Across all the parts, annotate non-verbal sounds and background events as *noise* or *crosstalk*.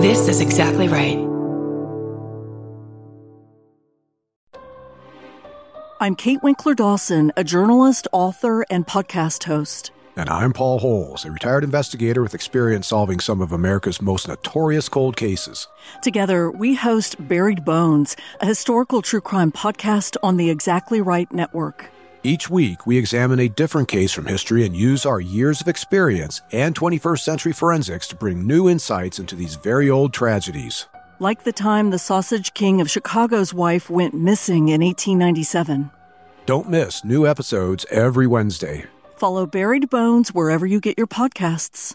This is exactly right. I'm Kate Winkler Dawson, a journalist, author, and podcast host. And I'm Paul Holes, a retired investigator with experience solving some of America's most notorious cold cases. Together, we host Buried Bones, a historical true crime podcast on the Exactly Right Network. Each week, we examine a different case from history and use our years of experience and 21st century forensics to bring new insights into these very old tragedies. Like the time the sausage king of Chicago's wife went missing in 1897. Don't miss new episodes every Wednesday. Follow Buried Bones wherever you get your podcasts.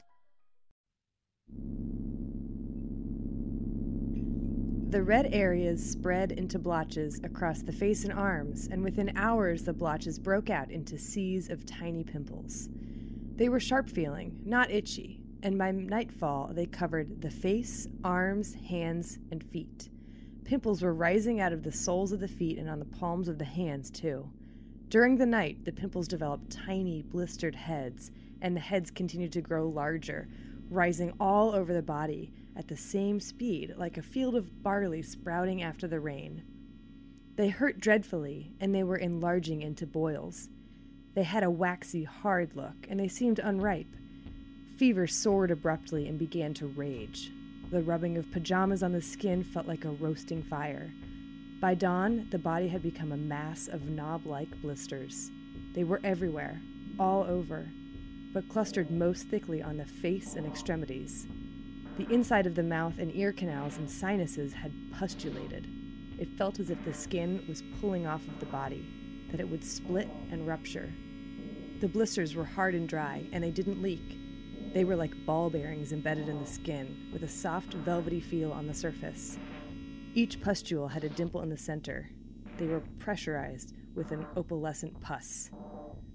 The red areas spread into blotches across the face and arms, and within hours the blotches broke out into seas of tiny pimples. They were sharp feeling, not itchy, and by nightfall they covered the face, arms, hands, and feet. Pimples were rising out of the soles of the feet and on the palms of the hands, too. During the night, the pimples developed tiny, blistered heads, and the heads continued to grow larger, rising all over the body at the same speed, like a field of barley sprouting after the rain. They hurt dreadfully, and they were enlarging into boils. They had a waxy, hard look, and they seemed unripe. Fever soared abruptly and began to rage. The rubbing of pajamas on the skin felt like a roasting fire. By dawn, the body had become a mass of knob like blisters. They were everywhere, all over, but clustered most thickly on the face and extremities. The inside of the mouth and ear canals and sinuses had pustulated. It felt as if the skin was pulling off of the body, that it would split and rupture. The blisters were hard and dry, and they didn't leak. They were like ball bearings embedded in the skin, with a soft, velvety feel on the surface. Each pustule had a dimple in the center. They were pressurized with an opalescent pus.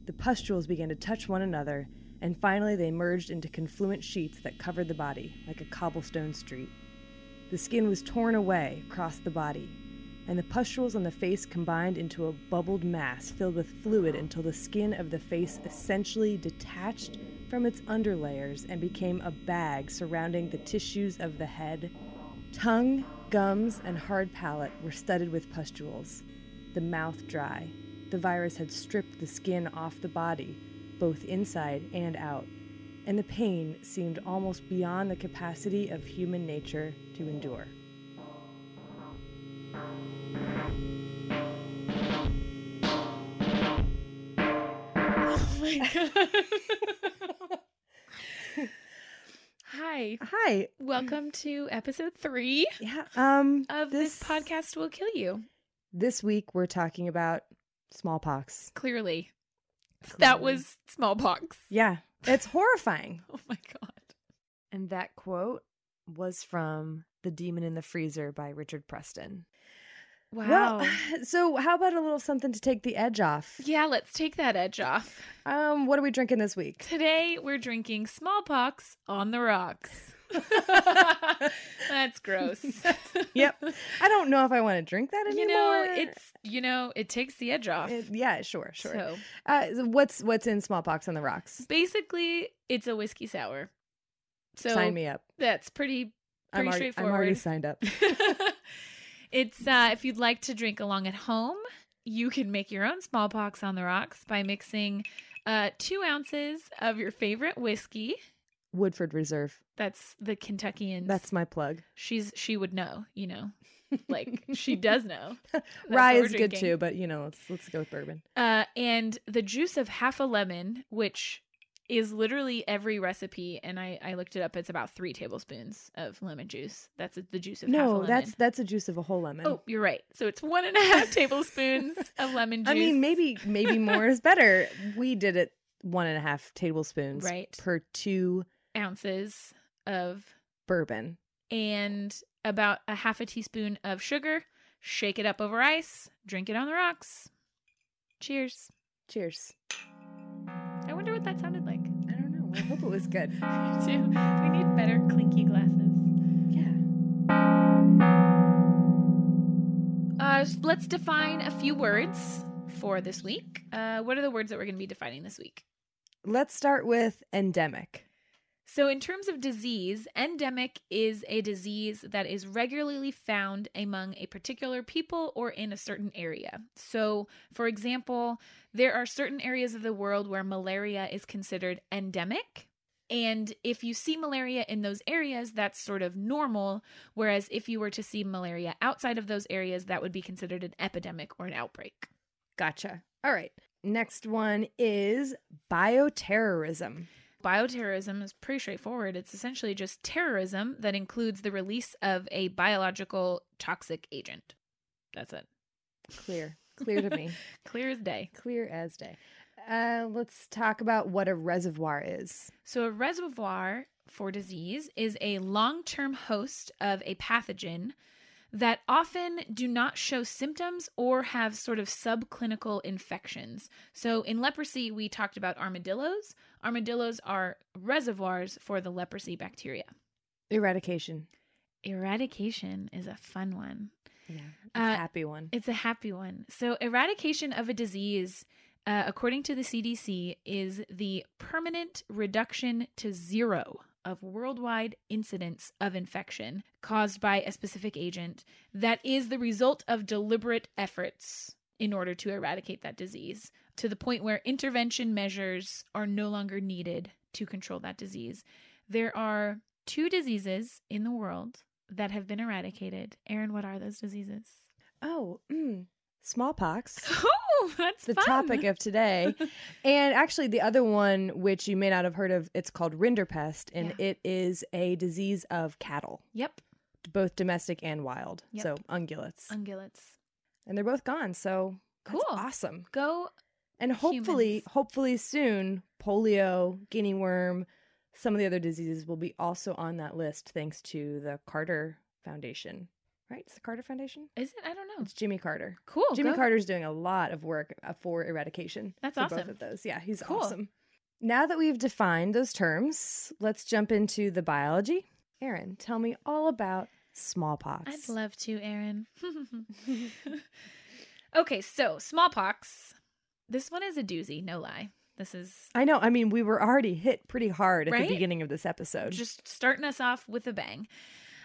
The pustules began to touch one another, and finally they merged into confluent sheets that covered the body, like a cobblestone street. The skin was torn away across the body, and the pustules on the face combined into a bubbled mass filled with fluid until the skin of the face essentially detached from its underlayers and became a bag surrounding the tissues of the head. Tongue, gums, and hard palate were studded with pustules, the mouth dry. The virus had stripped the skin off the body, both inside and out, and the pain seemed almost beyond the capacity of human nature to endure. Oh my god. Hi. Hi. Welcome to episode three Yeah. Um. of this, podcast will kill you. This week we're talking about smallpox. Clearly. That Clearly. was smallpox. *laughs* Yeah. It's horrifying. Oh my god. And that quote was from "The Demon in the Freezer" by Richard Preston. Wow. Well, *sighs* so how about a little something to take the edge off? yeah, let's take that edge off. Um, what are we drinking this week? Today we're drinking smallpox on the rocks. *laughs* That's gross. *laughs* Yep. I don't know if I want to drink that anymore. *laughs* You know, it's you know, it takes the edge off. It- yeah, sure, sure. So Uh, so what's what's in smallpox on the rocks? basically it's a whiskey sour. So Sign me up. that's pretty *laughs* I'm pretty already, I'm already straightforward. signed *laughs* up. it's uh, if you'd like to drink along at home, you can make your own smallpox on the rocks by mixing uh, two ounces of your favorite whiskey. Woodford Reserve. That's the Kentuckians. That's my plug. she's she would know, *laughs* you know, like she does know. That's what Rye we're is good drinking. too, but you know, let's let's go with bourbon. Uh, and the juice of half a lemon, which is literally every recipe, and I I looked it up. It's about three tablespoons of lemon juice. That's the juice of half a No, lemon. that's that's a juice of a whole lemon. *laughs* Oh, you're right. So it's one and a half tablespoons of lemon juice. I mean, maybe maybe more is better. *laughs* We did it one and a half tablespoons Right. per two ounces of bourbon. and about a half a teaspoon of sugar. Shake it up over ice. Drink it on the rocks. Cheers. Cheers. I wonder what that sounded like. *laughs* I don't know. I hope it was good. Do we need better clinky glasses? Yeah. Uh, s- let's define a few words for this week. Uh, what are the words that we're going to be defining this week? Let's start with endemic. So, in terms of disease, endemic is a disease that is regularly found among a particular people or in a certain area. So, for example, there are certain areas of the world where malaria is considered endemic. And if you see malaria in those areas, that's sort of normal. Whereas if you were to see malaria outside of those areas, that would be considered an epidemic or an outbreak. Gotcha. All right. Next one is bioterrorism. Bioterrorism is pretty straightforward. It's essentially just terrorism that includes the release of a biological toxic agent. That's it. Clear. Clear to me. Clear as day. *laughs* Clear as day. Uh, let's talk about what a reservoir is. So, a reservoir for disease is a long term host of a pathogen that often do not show symptoms or have sort of subclinical infections. So, in leprosy, we talked about armadillos. Armadillos are reservoirs for the leprosy bacteria. Eradication. Eradication is a fun one. Yeah. It's Uh, a happy one. It's a happy one. So, eradication of a disease, uh, according to the CDC, is the permanent reduction to zero of worldwide incidence of infection caused by a specific agent that is the result of deliberate efforts in order to eradicate that disease to the point where intervention measures are no longer needed to control that disease. There are two diseases in the world that have been eradicated. Aaron, what are those diseases? oh, mm, *laughs* *gasps* smallpox. *laughs* Oh, that's the topic of *laughs* today. and actually, the other one, which you may not have heard of, it's called rinderpest, and Yeah. it is a disease of cattle, yep, both domestic and wild. Yep. So ungulates, ungulates. and they're both gone. So that's Cool. awesome. Go. And hopefully, Humans. hopefully soon, polio, guinea worm, some of the other diseases will be also on that list, thanks to the Carter Foundation. Right? It's the Carter Foundation. Is it? I don't know. It's Jimmy Carter. Cool. Jimmy Oh. go- Carter's doing a lot of work uh, for eradication. That's for Both awesome. of those, yeah, he's Cool. awesome. Now that we've defined those terms, let's jump into the biology. Aaron, tell me all about smallpox. I'd love to, *laughs* Aaron. *laughs* okay, so smallpox. This one is a doozy, no lie. This is I know. I mean, we were already hit pretty hard at Right? the beginning of this episode. just starting us off with a bang.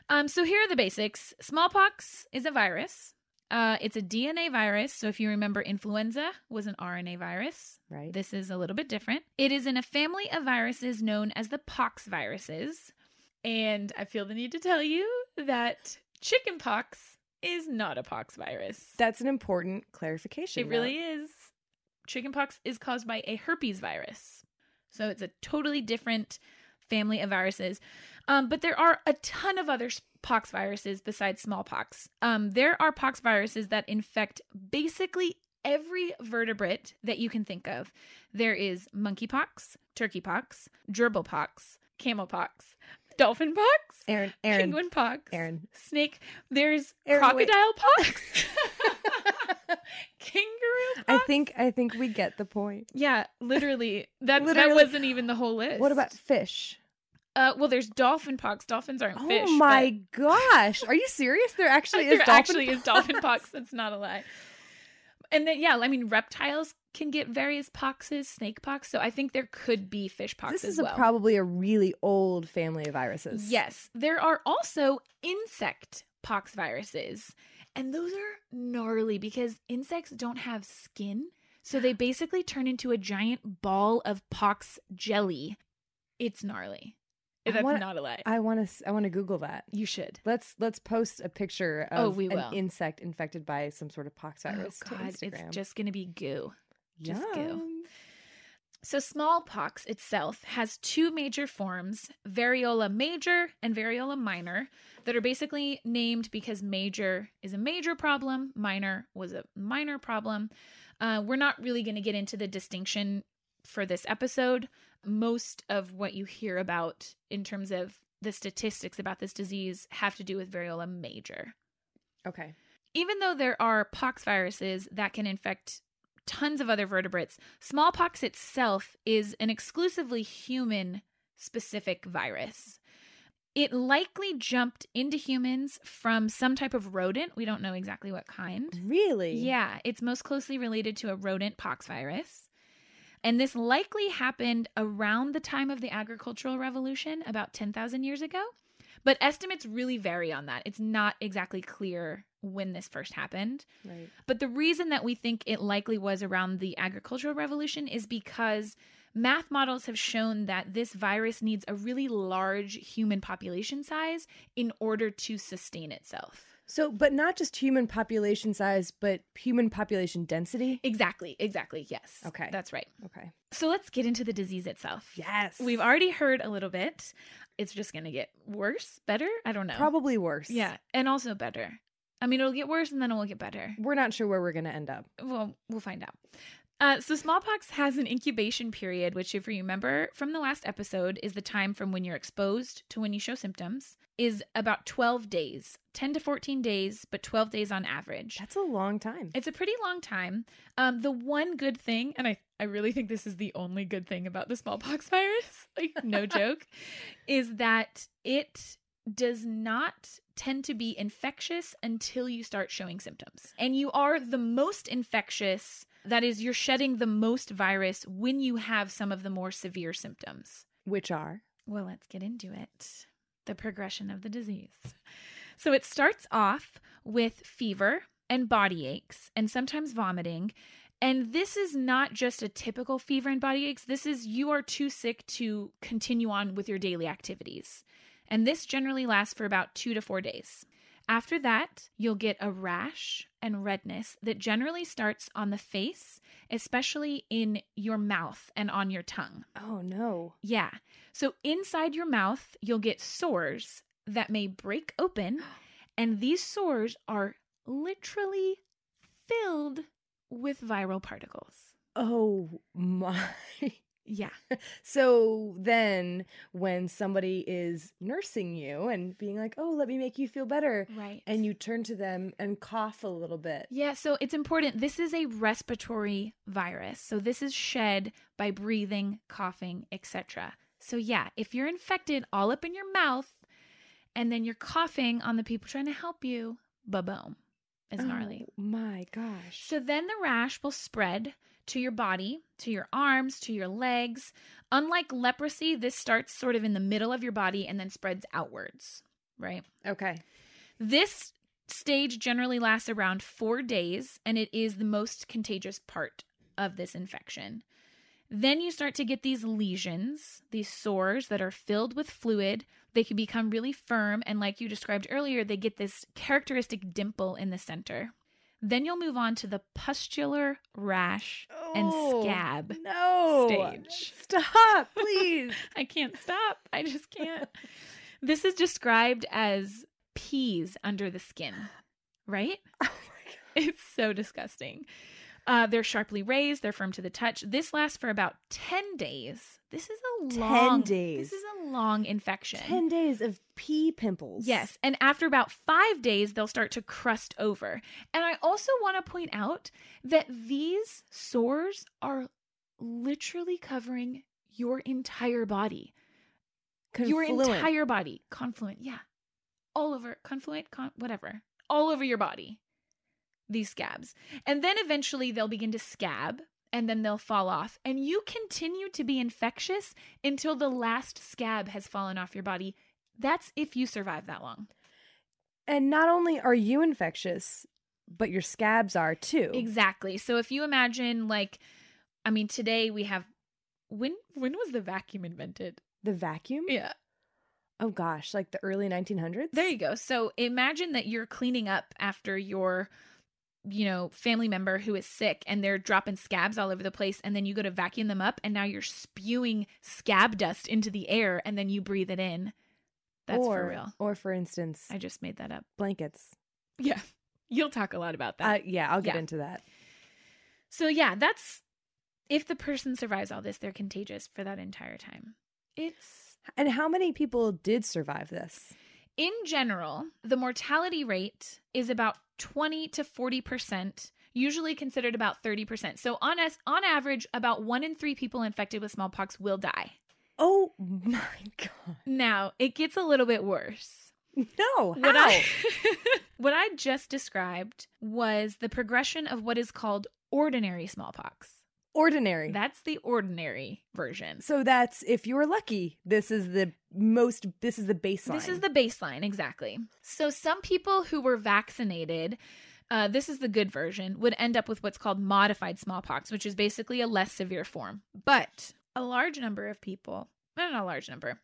Um, so here are the basics. Smallpox is a virus. Uh, it's a DNA virus. So if you remember, influenza was an RNA virus. right. This is a little bit different. It is in a family of viruses known as the pox viruses. And I feel the need to tell you that chickenpox is not a pox virus. That's an important clarification. it though. really is. Chickenpox is caused by a herpes virus. So it's a totally different family of viruses. Um, but there are a ton of other s- pox viruses besides smallpox. Um, there are pox viruses that infect basically every vertebrate that you can think of. There is monkeypox, turkeypox, gerbilpox, camelpox, dolphinpox, *laughs* Aaron, Aaron, penguin pox, Aaron. snake. There's Aaron, wait. *laughs* crocodile pox, kangaroo. I Pox. think I think we get the point. Yeah, literally. That Literally. that wasn't even the whole list. What about fish? Uh, well, there's dolphin pox. Dolphins aren't oh fish. my gosh! Are you serious? There but actually is *laughs* there dolphin actually is dolphin pox. That's not a lie. And then yeah, I mean reptiles can get various poxes, snake pox. So I think there could be fish pox This as is a, well. probably a really old family of viruses. Yes, there are also insect pox viruses, and those are gnarly because insects don't have skin, so they basically turn into a giant ball of pox jelly. It's gnarly. I That's wanna- not a lie. I want to. I want to Google that. you should. Let's let's post a picture Oh, of we will. an insect infected by some sort of pox virus. oh God, to Instagram. it's just gonna be goo. just goo. Yum. So, smallpox itself has two major forms, variola major and variola minor, that are basically named because major is a major problem, minor was a minor problem. Uh, we're not really going to get into the distinction for this episode. Most of what you hear about in terms of the statistics about this disease have to do with variola major Okay. even though there are pox viruses that can infect tons of other vertebrates, smallpox itself is an exclusively human specific virus. It likely jumped into humans from some type of rodent. We don't know exactly what kind. Really? Yeah, it's most closely related to a rodent pox virus. And this likely happened around the time of the agricultural revolution, about 10,000 years ago. But estimates really vary on that. It's not exactly clear when this first happened. Right. But the reason that we think it likely was around the agricultural revolution is because math models have shown that this virus needs a really large human population size in order to sustain itself. So, but not just human population size, but human population density. Exactly, exactly. Yes. Okay. That's right. Okay. So let's get into the disease itself. Yes. We've already heard a little bit. It's just going to get worse, better? I don't know. probably worse. Yeah, and also better. I mean, it'll get worse and then it will get better. We're not sure where we're going to end up. Well, we'll find out. Uh, so, smallpox has an incubation period, which, if you remember from the last episode, is the time from when you're exposed to when you show symptoms, is about 12 days, 10 to 14 days, but 12 days on average. That's a long time. It's a pretty long time. Um, the one good thing, and I, I really think this is the only good thing about the smallpox *laughs* virus, like no joke, is that it does not tend to be infectious until you start showing symptoms. And you are the most infectious, that is, you're shedding the most virus when you have some of the more severe symptoms. Which are? Well, let's get into it. The progression of the disease. So it starts off with fever and body aches and sometimes vomiting. And this is not just a typical fever and body aches. This is you are too sick to continue on with your daily activities. And this generally lasts for about two to four days. After that, you'll get a rash and redness that generally starts on the face, especially in your mouth and on your tongue. Oh, no. Yeah. So inside your mouth, you'll get sores that may break open, and these sores are literally filled with viral particles. Oh, my. *laughs* Yeah. So then, when somebody is nursing you and being like, oh, let me make you feel better, Right. and you turn to them and cough a little bit. Yeah, so it's important. This is a respiratory virus. So this is shed by breathing, coughing, etc. So yeah, if you're infected all up in your mouth and then you're coughing on the people trying to help you, ba-boom. It's Oh, gnarly. my gosh. So then the rash will spread to your body, to your arms, to your legs. Unlike leprosy, this starts sort of in the middle of your body and then spreads outwards, right? okay. This stage generally lasts around four days and it is the most contagious part of this infection. Then you start to get these lesions, these sores that are filled with fluid. They can become really firm. And like you described earlier, they get this characteristic dimple in the center. Then you'll move on to the pustular rash and Oh, scab. No. stage. Stop, please. I can't stop. I just can't. this is described as peas under the skin, right? *gasps* oh, my God. It's so disgusting. Uh, they're sharply raised, they're firm to the touch. This lasts for about 10 days. This is a 10 long days. This is a long infection. 10 days of pee pimples. Yes. And after about five days, they'll start to crust over. And I also want to point out that these sores are literally covering your entire body. Confluent. Your entire body. Confluent, yeah. All over, confluent, con- whatever. All over your body. These scabs. And then eventually they'll begin to scab and then they'll fall off. And you continue to be infectious until the last scab has fallen off your body. That's if you survive that long. And not only are you infectious, but your scabs are too. Exactly. So if you imagine, like, I mean, today we have. When when was the vacuum invented? The vacuum? Yeah. Oh gosh, like the early 1900s? There you go. So imagine that you're cleaning up after your, you know, family member who is sick and they're dropping scabs all over the place. And then you go to vacuum them up and now you're spewing scab dust into the air and then you breathe it in. That's or, for real. Or for instance, I just made that up. blankets. Yeah. *laughs* You'll talk a lot about Uh, that. yeah, I'll get yeah. into that. so, yeah, that's if the person survives all this, they're contagious for that entire time. It's And how many people did survive this? In general, the mortality rate is about 20 to 40%, usually considered about 30%. So on us on average about 1 in 3 people infected with smallpox will die. Oh my *laughs* god. Now, it gets a little bit worse. No. How? What I, *laughs* what I just described was the progression of what is called ordinary smallpox. Ordinary. That's the ordinary version. so that's if you're lucky, this is the most this is the baseline. This is the baseline, exactly. So, some people who were vaccinated, uh, this is the good version, would end up with what's called modified smallpox, which is basically a less severe form. But a large number of people, well, not a large number,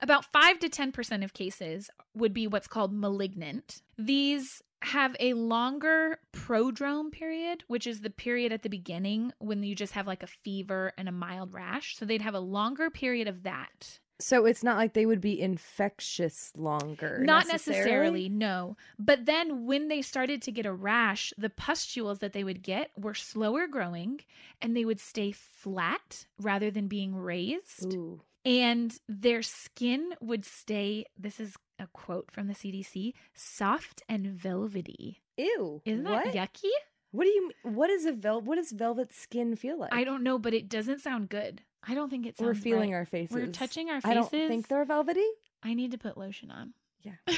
about 5 to 10% of cases would be what's called malignant. These have a longer prodrome period, which is the period at the beginning when you just have like a fever and a mild rash. So, they'd have a longer period of that. So it's not like they would be infectious longer. Not necessarily, no. But then when they started to get a rash, the pustules that they would get were slower growing and they would stay flat rather than being raised. Ooh. And their skin would stay, this is a quote from the CDC, soft and velvety. Ew. Isn't what? that yucky? What do you m- what is a vel what does velvet skin feel like? I don't know, but it doesn't sound good. I don't think it sounds We're feeling right. our faces. We're touching our faces. I don't think they're velvety. I need to put lotion on. *laughs* Yeah.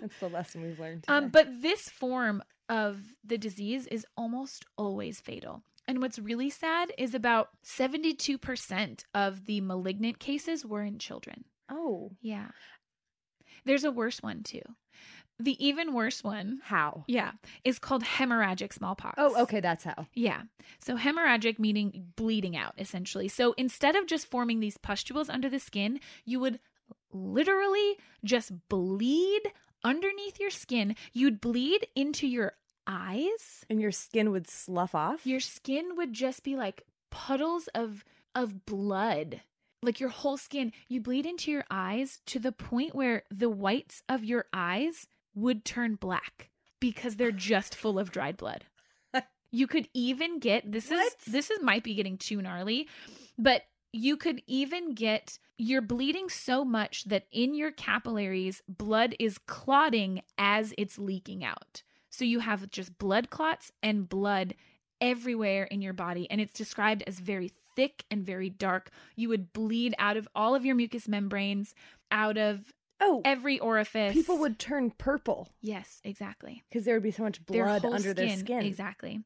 That's the lesson we've learned. Um, today. but this form of the disease is almost always fatal. And what's really sad is about 72% of the malignant cases were in children. oh, Yeah. There's a worse one too. The even worse one, how? yeah, is called hemorrhagic smallpox. Oh, okay, that's how. Yeah. So hemorrhagic meaning bleeding out essentially. So instead of just forming these pustules under the skin, you would literally just bleed underneath your skin. You'd bleed into your eyes. And your skin would slough off. Your skin would just be like puddles of of blood. Like your whole skin, you bleed into your eyes to the point where the whites of your eyes would turn black because they're just full of dried *laughs* blood. You could even get this is What? this is might be getting too gnarly, but you could even get you're bleeding so much that in your capillaries blood is clotting as it's leaking out. So you have just blood clots and blood everywhere in your body and it's described as very thick and very dark. You would bleed out of all of your mucous membranes, out of oh, every orifice. people would turn purple Yes, exactly because there would be so much blood under their skin. exactly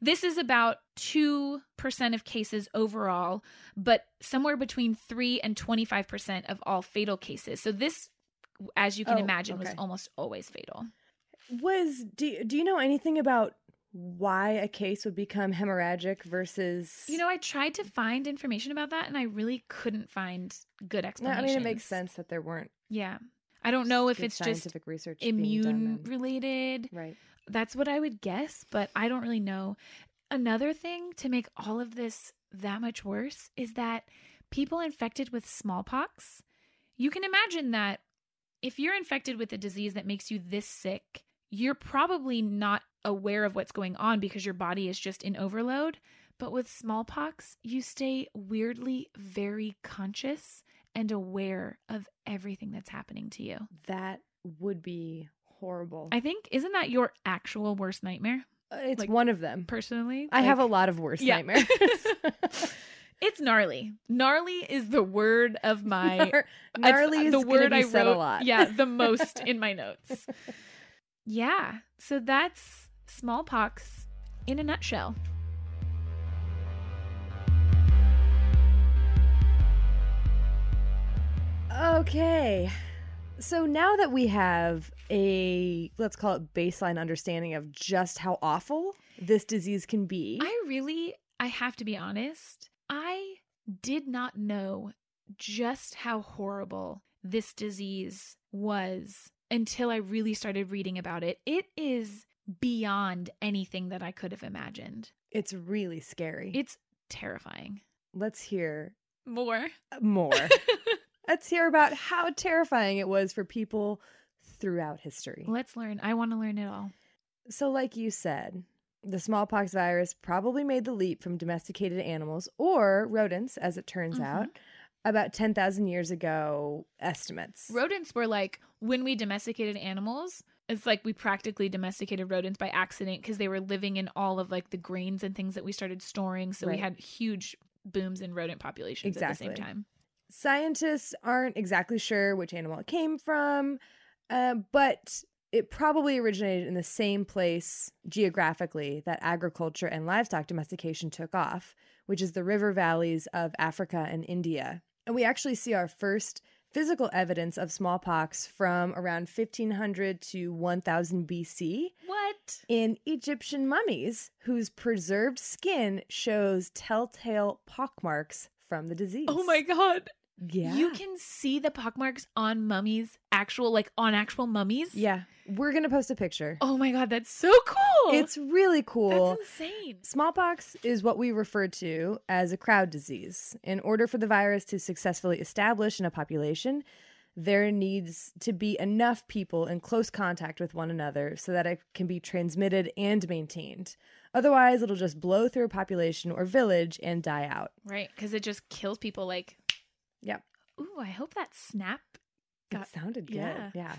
this is about 2% of cases overall but somewhere between 3 and 25% of all fatal cases so this as you can Oh, imagine was okay. almost always fatal Was do do you know anything about why a case would become hemorrhagic versus you know i tried to find information about that and i really couldn't find good No, I explanations mean it makes sense that there weren't. yeah i don't know if good it's just scientific research being done immune and- related right? That's what I would guess, but I don't really know. Another thing to make all of this that much worse is that people infected with smallpox, you can imagine that if you're infected with a disease that makes you this sick, you're probably not aware of what's going on because your body is just in overload. But with smallpox, you stay weirdly very conscious and aware of everything that's happening to you. That would be horrible. I think, isn't that your actual worst nightmare? Uh, it's like, one of them. personally. I have a like- lot of worse Yeah. *laughs* nightmares. It's gnarly. Gnarly is the word *laughs* of my. Gnar- it's gnarly is the gonna word be I said wrote. a lot. Yeah, *laughs* the most in my notes. Yeah. So that's smallpox in a nutshell. Okay. So now that we have a let's call it baseline understanding of just how awful this disease can be. I really, I have to be honest, I did not know just how horrible this disease was until I really started reading about it. It is beyond anything that I could have imagined. it's really scary. It's terrifying. let's hear More. *laughs* more. let's hear about how terrifying it was for people throughout history. Let's learn. I want to learn it all. So, like you said, the smallpox virus probably made the leap from domesticated animals or rodents, as it turns Mhm. out, about 10,000 years ago, estimates. Rodents were like when we domesticated animals, it's like we practically domesticated rodents by accident because they were living in all of like the grains and things that we started storing. So Right. we had huge booms in rodent populations at the Exactly. same time. Scientists aren't exactly sure which animal it came from, uh, but It probably originated in the same place geographically that agriculture and livestock domestication took off, which is the river valleys of Africa and India. And we actually see our first physical evidence of smallpox from around 1500 to 1000 BC What? in Egyptian mummies whose preserved skin shows telltale pockmarks from the disease. Oh my god. Yeah. You can see the pockmarks on mummies, actual like on actual mummies. Yeah. We're going to post a picture. Oh my god, that's so cool. It's really cool. Oh. That's insane. Smallpox is what we refer to as a crowd disease. In order for the virus to successfully establish in a population, there needs to be enough people in close contact with one another so that it can be transmitted and maintained. Otherwise, it'll just blow through a population or village and die out. Right, because it just kills people like Yep. Ooh, I hope that snap That got sounded good. yeah. *laughs* yeah.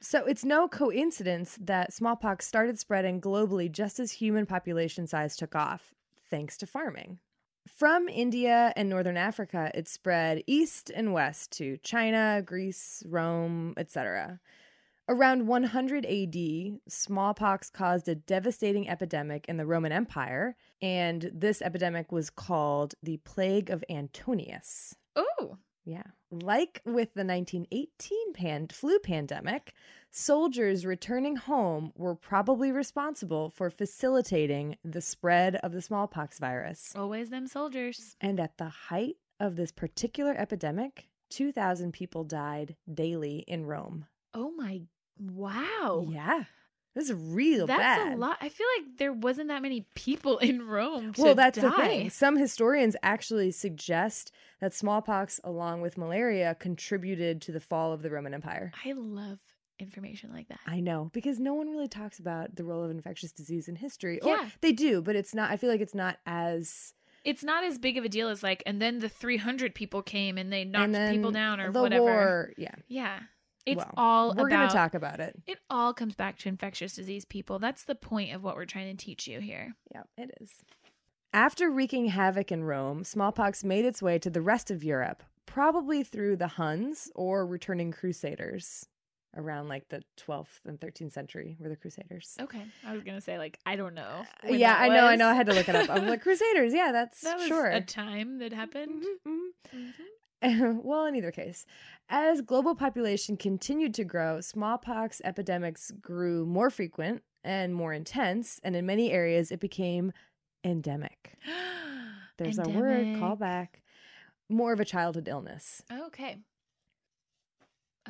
So it's no coincidence that smallpox started spreading globally just as human population size took off, thanks to farming. From India and northern Africa, it spread east and west to China, Greece, Rome, etc. Around 100 AD, smallpox caused a devastating epidemic in the Roman Empire, and this epidemic was called the Plague of Antonius. Ooh. Yeah. Like with the 1918 pan- flu pandemic, soldiers returning home were probably responsible for facilitating the spread of the smallpox virus. Always them soldiers. And at the height of this particular epidemic, 2,000 people died daily in Rome. Oh my wow. Yeah. This is real Oh. That's bad. a lot. I feel like there wasn't that many people *laughs* in Rome. To Well, that's die. the thing. Some historians actually suggest that smallpox, along with malaria, contributed to the fall of the Roman Empire. I love information like that. I know because no one really talks about the role of infectious disease in history. Or Yeah. they do, but it's not I feel like it's not as it's not as big of a deal as like, and then the 300 people came and they knocked and then people down or the whatever. war. Yeah. Yeah. It's Well, all we're about gonna talk about it. It all comes back to infectious disease people. That's the point of what we're trying to teach you here. Yeah, it is. After wreaking havoc in Rome, smallpox made its way to the rest of Europe, probably through the Huns or returning crusaders around like the 12th and 13th century were the crusaders. Okay. I was going to say like I don't know. Oh, when Uh, yeah, that I know, I was. know I had to look it up. I'm like crusaders. Yeah, that's *laughs* that was sure. a time that happened. Mhm, mhm. *laughs* Mhm. well, in either case, as global population continued to grow, smallpox epidemics grew more frequent and more intense, and in many areas it became endemic. There's a word Endemic. callback. More of a childhood illness. Okay.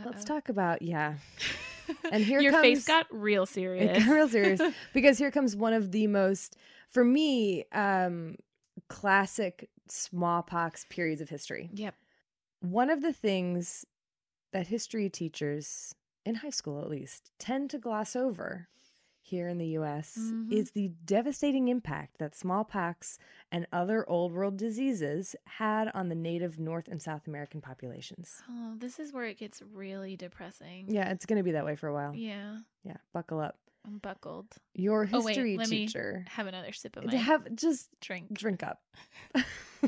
Let's Uh-oh. talk about yeah, *laughs* and here your comes- face got real serious. got real *laughs* serious. because here comes one of the most for me um classic smallpox periods of history. yep. one of the things that history teachers in high school at least tend to gloss over here in the US Mhm. is the devastating impact that smallpox and other old world diseases had on the native North and South American populations. Oh, this is where it gets really depressing. Yeah, it's going to be that way for a while. Yeah. Yeah, buckle up. I'm buckled. Your Oh, wait, history let me teacher Have another sip of to my have just drink. drink up. *laughs*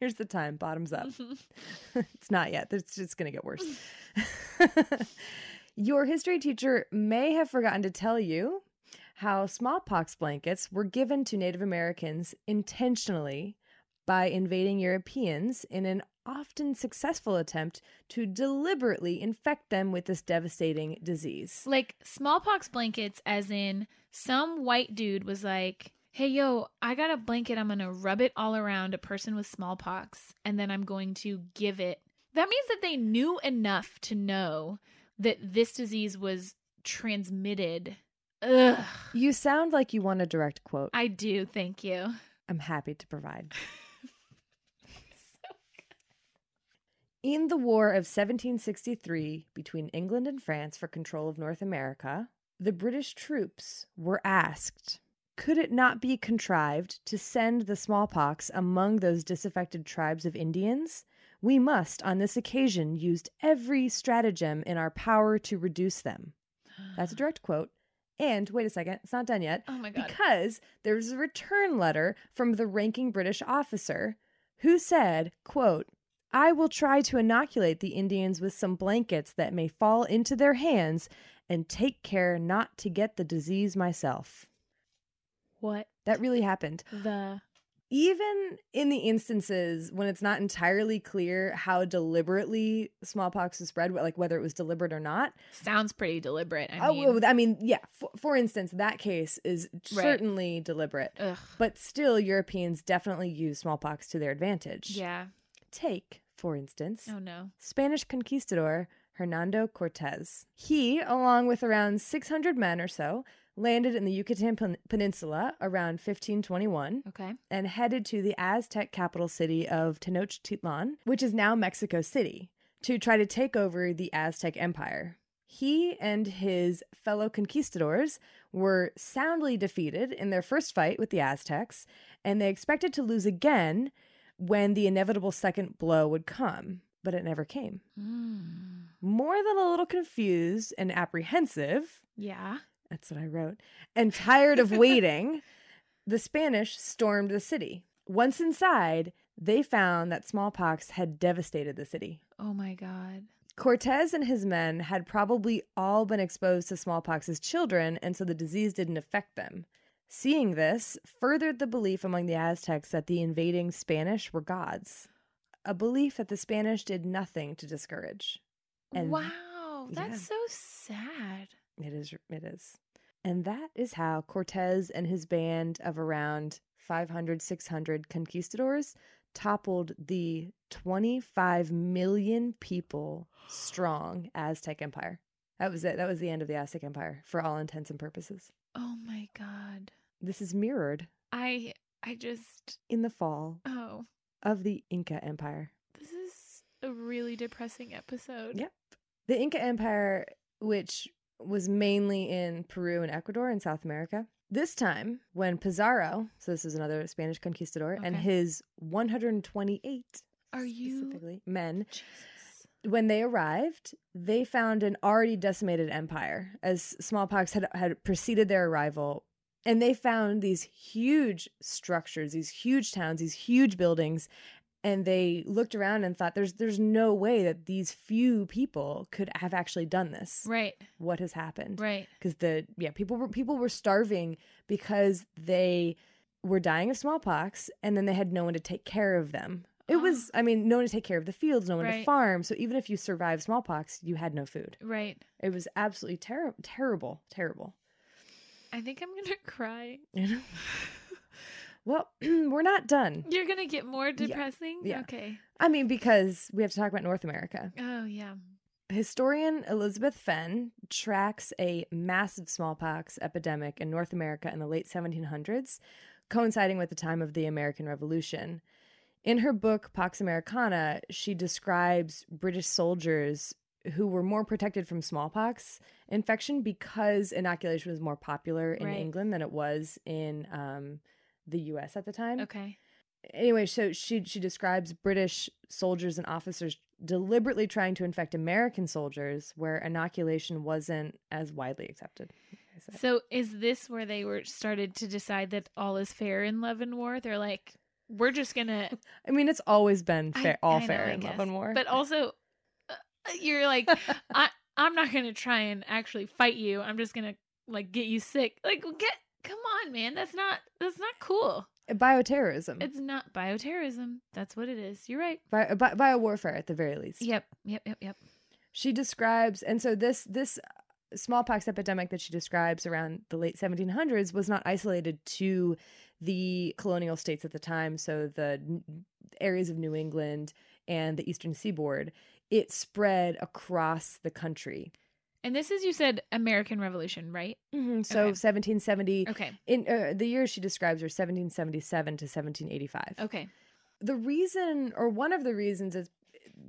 Here's the time, bottoms up. *laughs* it's not yet. It's just going to get worse. *laughs* Your history teacher may have forgotten to tell you how smallpox blankets were given to Native Americans intentionally by invading Europeans in an often successful attempt to deliberately infect them with this devastating disease. like smallpox blankets as in some white dude was like hey yo i got a blanket i'm gonna rub it all around a person with smallpox and then i'm going to give it that means that they knew enough to know that this disease was transmitted ugh You sound like you want a direct quote. i do thank you I'm happy to provide. In the War of 1763 between England and France for control of North America, the British troops were asked could it not be contrived to send the smallpox among those disaffected tribes of Indians? We must, on this occasion, use every stratagem in our power to reduce them. That's a *gasps* direct quote. And wait a second, it's not done yet. Oh my God. Because there was a return letter from the ranking British officer who said, quote, I will try to inoculate the Indians with some blankets that may fall into their hands and take care not to get the disease myself. What That really happened. the Even in the instances when it's not entirely clear how deliberately smallpox was spread, like whether it was deliberate or not, sounds pretty deliberate. I oh, mean, well, I mean, yeah. For, for instance, that case is certainly deliberate, ugh, but still, Europeans definitely used smallpox to their advantage. yeah. Take, for instance, Oh no. Spanish conquistador Hernando Cortez. He, along with around 600 men or so, landed in the Yucatan Pen- Peninsula around 1521 Okay. and headed to the Aztec capital city of Tenochtitlan, which is now Mexico City, to try to take over the Aztec Empire. He and his fellow conquistadors were soundly defeated in their first fight with the Aztecs, and they expected to lose again when the inevitable second blow would come, but it never came. Mm. More than a little confused and apprehensive, Yeah. that's what I wrote. And tired of waiting, *laughs* the Spanish stormed the city. Once inside, they found that smallpox had devastated the city. Oh my god. Cortez and his men had probably all been exposed to smallpox as children, and so the disease didn't affect them. Seeing this furthered the belief among the Aztecs that the invading Spanish were gods, a belief that the Spanish did nothing to discourage. And- wow. That's so sad. It is. It is. And that is how Cortez and his band of around 500, 600 conquistadors toppled the 25 million people strong Aztec Empire. That was it. That was the end of the Aztec Empire for all intents and purposes. Oh my god. This is mirrored I I just in the fall oh, of the Inca Empire. this is a really depressing episode. Yep. The Inca Empire, which was mainly in Peru and Ecuador in South America. This time, when Pizarro, so this is another Spanish conquistador, and Okay. his 128 Are you- specifically men, Jesus. when they arrived, they found an already decimated empire as smallpox had, had preceded their arrival. And they found these huge structures, these huge towns, these huge buildings. And they looked around and thought, there's, there's no way that these few people could have actually done this. Right. What has happened? Right. because the yeah people were people were starving because they were dying of smallpox and then they had no one to take care of them it was i mean no one to take care of the fields no one to Right. farm so even if you survived smallpox you had no food Right. it was absolutely ter- terrible terrible *laughs* I think I'm going to *laughs* cry. well *clears throat* we're not done You're going to get more depressing? Yeah. Okay. i mean because we have to talk about north america Oh yeah. Mm-hmm. Historian Elizabeth Fenn tracks a massive smallpox epidemic in North America in the late 1700s, coinciding with the time of the American Revolution. In her book, Pax Americana, she describes British soldiers who were more protected from smallpox infection because inoculation was more popular in Right. England than it was in um, the US at the time Okay. anyway, so she she describes British soldiers and officers deliberately trying to infect American soldiers where inoculation wasn't as widely accepted. I said. So is this where they were started to decide that all is fair in love and war? They're like, we're just going to I mean, it's always been I- fair, all I know, fair I in love guess. and war. But also, uh, *laughs* you're like, I, I'm not gonna try and actually fight you. I'm just gonna like get you sick. Like, get come on, man. That's not that's not cool. bioterrorism, It's not bioterrorism. That's what it is. You're right. bi- bi- biowarfare at the very least. Yep. Yep. Yep. Yep. she describes and so this this smallpox epidemic that she describes around the late 1700s was not isolated to the colonial states at the time so the n- areas of new england and the eastern seaboard it spread across the country And this is you said American Revolution, right? so Okay. 1770 Okay. in uh, the year she describes are 1777 to 1785 Okay. the reason or one of the reasons is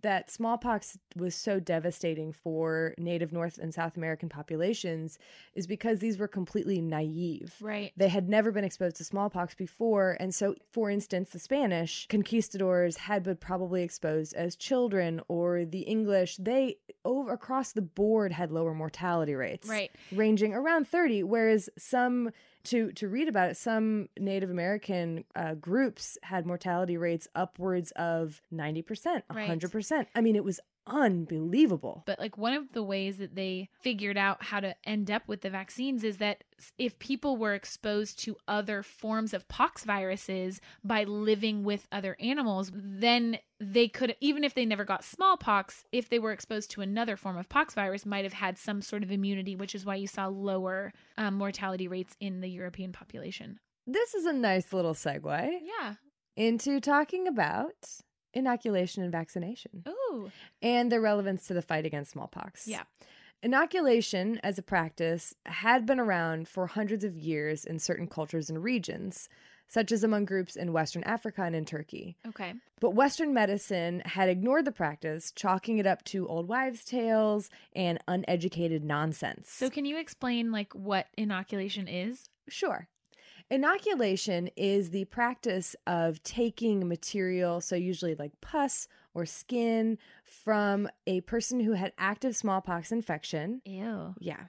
that smallpox was so devastating for native north and south american populations is because these were completely naive Right. they had never been exposed to smallpox before and so for instance the spanish conquistadors had been probably exposed as children or the english they over across the board had lower mortality rates Right. ranging around 30 whereas some to to read about it, some Native American uh, groups had mortality rates upwards of ninety percent, Right. hundred percent. I mean, it was unbelievable. But like one of the ways that they figured out how to end up with the vaccines is that s- if people were exposed to other forms of pox viruses by living with other animals, then they could even if they never got smallpox, if they were exposed to another form of pox virus, might have had some sort of immunity, which is why you saw lower um, mortality rates in the European population. This is a nice little segue Yeah. into talking about inoculation and vaccination Oh. and their relevance to the fight against smallpox. Yeah. Inoculation as a practice had been around for hundreds of years in certain cultures and regions, such as among groups in Western Africa and in Turkey. Okay. But Western medicine had ignored the practice, chalking it up to old wives' tales and uneducated nonsense. So can you explain like what inoculation is? Sure. Inoculation is the practice of taking material, so usually like pus or skin, from a person who had active smallpox infection. Ew. Yeah.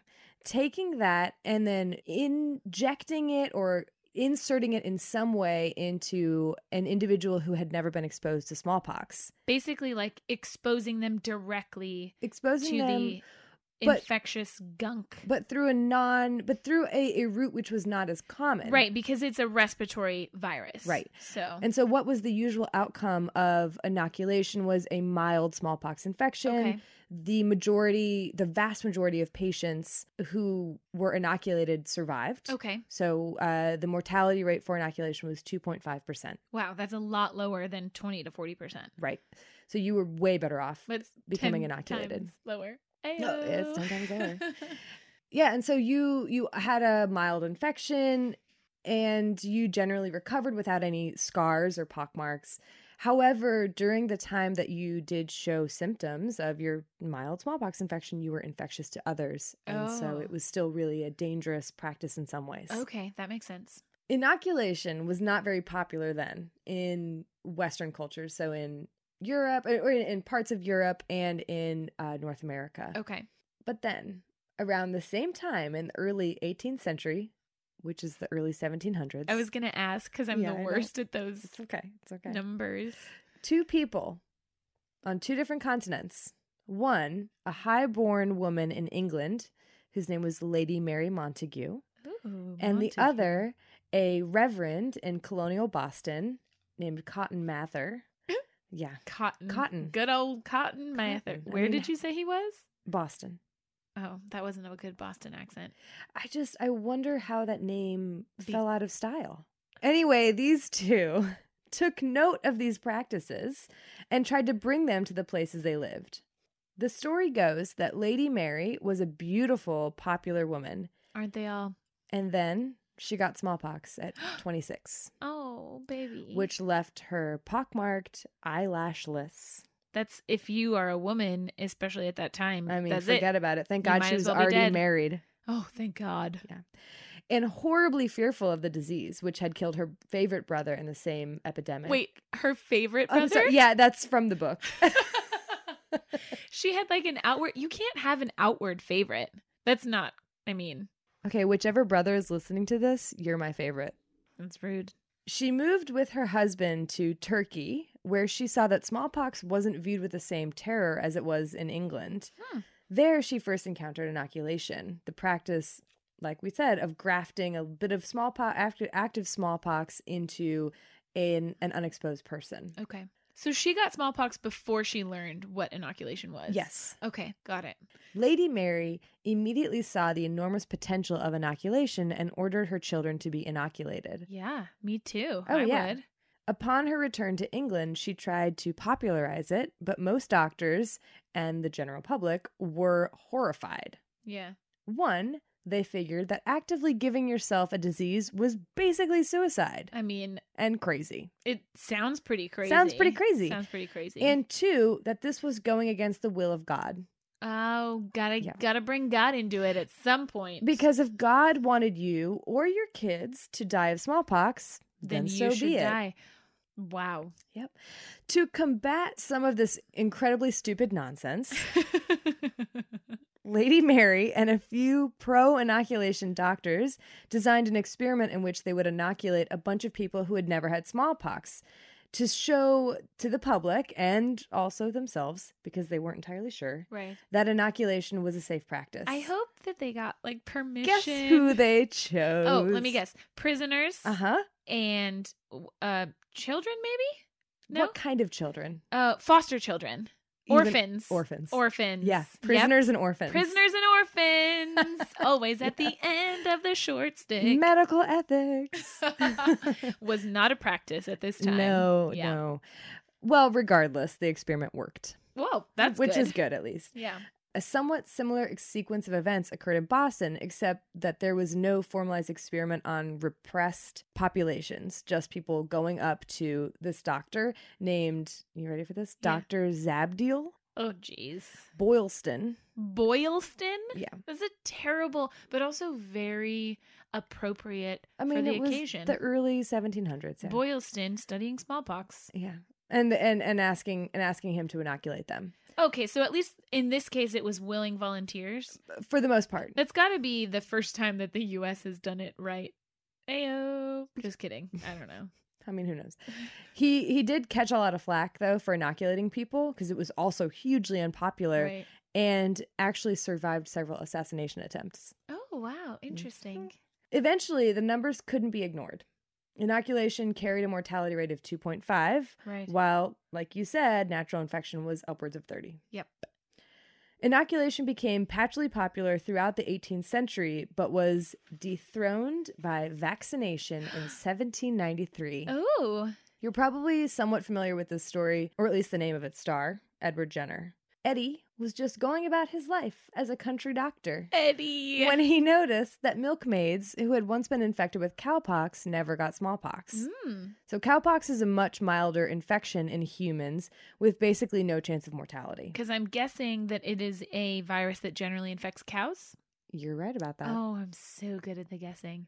Taking that and then injecting it or inserting it in some way into an individual who had never been exposed to smallpox. Basically like exposing them directly Exposing to them the but- infectious gunk. but through a non but through a, a route which was not as common. right, because it's a respiratory virus. Right. So And so, what was the usual outcome of inoculation was a mild smallpox infection. Okay. The majority, the vast majority of patients who were inoculated survived. okay. So, uh, the mortality rate for inoculation was 2.5%. Wow, that's a lot lower than 20 to 40%. Right. So, you were way better off. But it's Becoming 10 inoculated. times lower. No, it's 10 times lower. lower. yeah. And so, you you had a mild infection and you generally recovered without any scars or pockmarks. However, during the time that you did show symptoms of your mild smallpox infection, you were infectious to others. And so Oh. it was still really a dangerous practice in some ways. *laughs* okay, that makes sense. Inoculation was not very popular then in Western cultures. So in Europe, or in- in parts of Europe and in uh, North America. Okay. But then, around the same time in the early 18th century, which is the early 1700s. I was going to ask cuz I'm Yeah, I the know. worst at those It's okay. It's okay. numbers. two people on two different continents. One, a high-born woman in England whose name was Lady Mary Montagu, Ooh, and the Montague. other, a reverend in colonial Boston named Cotton *gasps* Mather. yeah, Cotton. Cotton. Good old Cotton Mather. Cotton, I Where mean- did you say he was? Boston. Oh, that wasn't a good Boston accent. I just I wonder how that name Be- fell out of style. Anyway, these two *laughs* took note of these practices and tried to bring them to the places they lived. The story goes that Lady Mary was a beautiful, popular woman, Aren't they all? and then she got smallpox *gasps* at 26, Oh, baby. which left her pockmarked, eyelashless. that's if you are a woman, especially at that time. I mean, that's forget it. about it. Thank You God might she as was well be already dead. married. Oh, thank God. And horribly fearful of the disease, which had killed her favorite brother in the same epidemic. Wait, her favorite brother? I'm sorry. Yeah, that's from the book. *laughs* *laughs* she had like an outward. You can't have an outward favorite. That's not. I mean, okay, whichever brother is listening to this, you're my favorite. that's rude. She moved with her husband to Turkey, where she saw that smallpox wasn't viewed with the same terror as it was in England. Hmm. There, she first encountered inoculation, the practice, like we said, of grafting a bit of smallpox, active, active smallpox into an, an unexposed person. Okay. So she got smallpox before she learned what inoculation was. Yes. Okay, got it. Lady Mary immediately saw the enormous potential of inoculation and ordered her children to be inoculated. Yeah, me too. Oh, I yeah. would. Upon her return to England, she tried to popularize it, but most doctors and the general public were horrified. Yeah. One, they figured that actively giving yourself a disease was basically suicide I mean, and crazy. it sounds pretty crazy. Sounds pretty crazy. Sounds pretty crazy. And two, that this was going against the will of God. oh, gotta Yeah. gotta bring God into it at some point Because if God wanted you or your kids to die of smallpox, then, then, you so should be it. die. Wow. *laughs* Yep. To combat some of this incredibly stupid nonsense, *laughs* Lady Mary and a few pro inoculation doctors designed an experiment in which they would inoculate a bunch of people who had never had smallpox to show to the public and also themselves, because they weren't entirely sure, Right. that inoculation was a safe practice. I hope that they got like permission. Guess *laughs* who they chose? Oh, let me guess. Prisoners Uh huh. and uh children maybe? No. What kind of children? uh foster children. Even- Orphans. Orphans. Orphans. Yeah. Yep. Prisoners and orphans. Prisoners and orphans. *laughs* Always at the end of the short stick. Medical ethics. *laughs* was not a practice at this time. No, no. Well, regardless, the experiment worked, Well, that's which good. is good at least. Yeah. A somewhat similar ex- sequence of events occurred in Boston, except that there was no formalized experiment on repressed populations, just people going up to this doctor named, you ready for this? Yeah. Dr. Zabdiel Oh jeez. Boylston. Boylston? Yeah. That's a terrible but also very appropriate I mean, for the it was occasion. the early 1700s. Yeah. Boylston studying smallpox. yeah. And, and and asking and asking him to inoculate them Okay, so at least in this case, it was willing volunteers. for the most part. That's got to be the first time that the U.S. has done it right. Ayo. Just kidding. I don't *laughs* know. I mean, who knows? He he did catch a lot of flack though for inoculating people because it was also hugely unpopular Right. and actually survived several assassination attempts. Oh wow, interesting. Eventually, the numbers couldn't be ignored. Inoculation carried a mortality rate of 2.5, Right. while, like you said, natural infection was upwards of 30. Yep. Inoculation became patchily popular throughout the 18th century, but was dethroned by vaccination in *gasps* 1793. Oh, You're probably somewhat familiar with this story, or at least the name of its star, Edward Jenner. Eddie was just going about his life as a country *laughs* doctor Eddie. when he noticed that milkmaids who had once been infected with cowpox never got smallpox. Mm. So, cowpox is a much milder infection in humans with basically no chance of mortality. Because I'm guessing that it is a virus that generally infects cows. You're right about that. Oh, I'm so good at the guessing.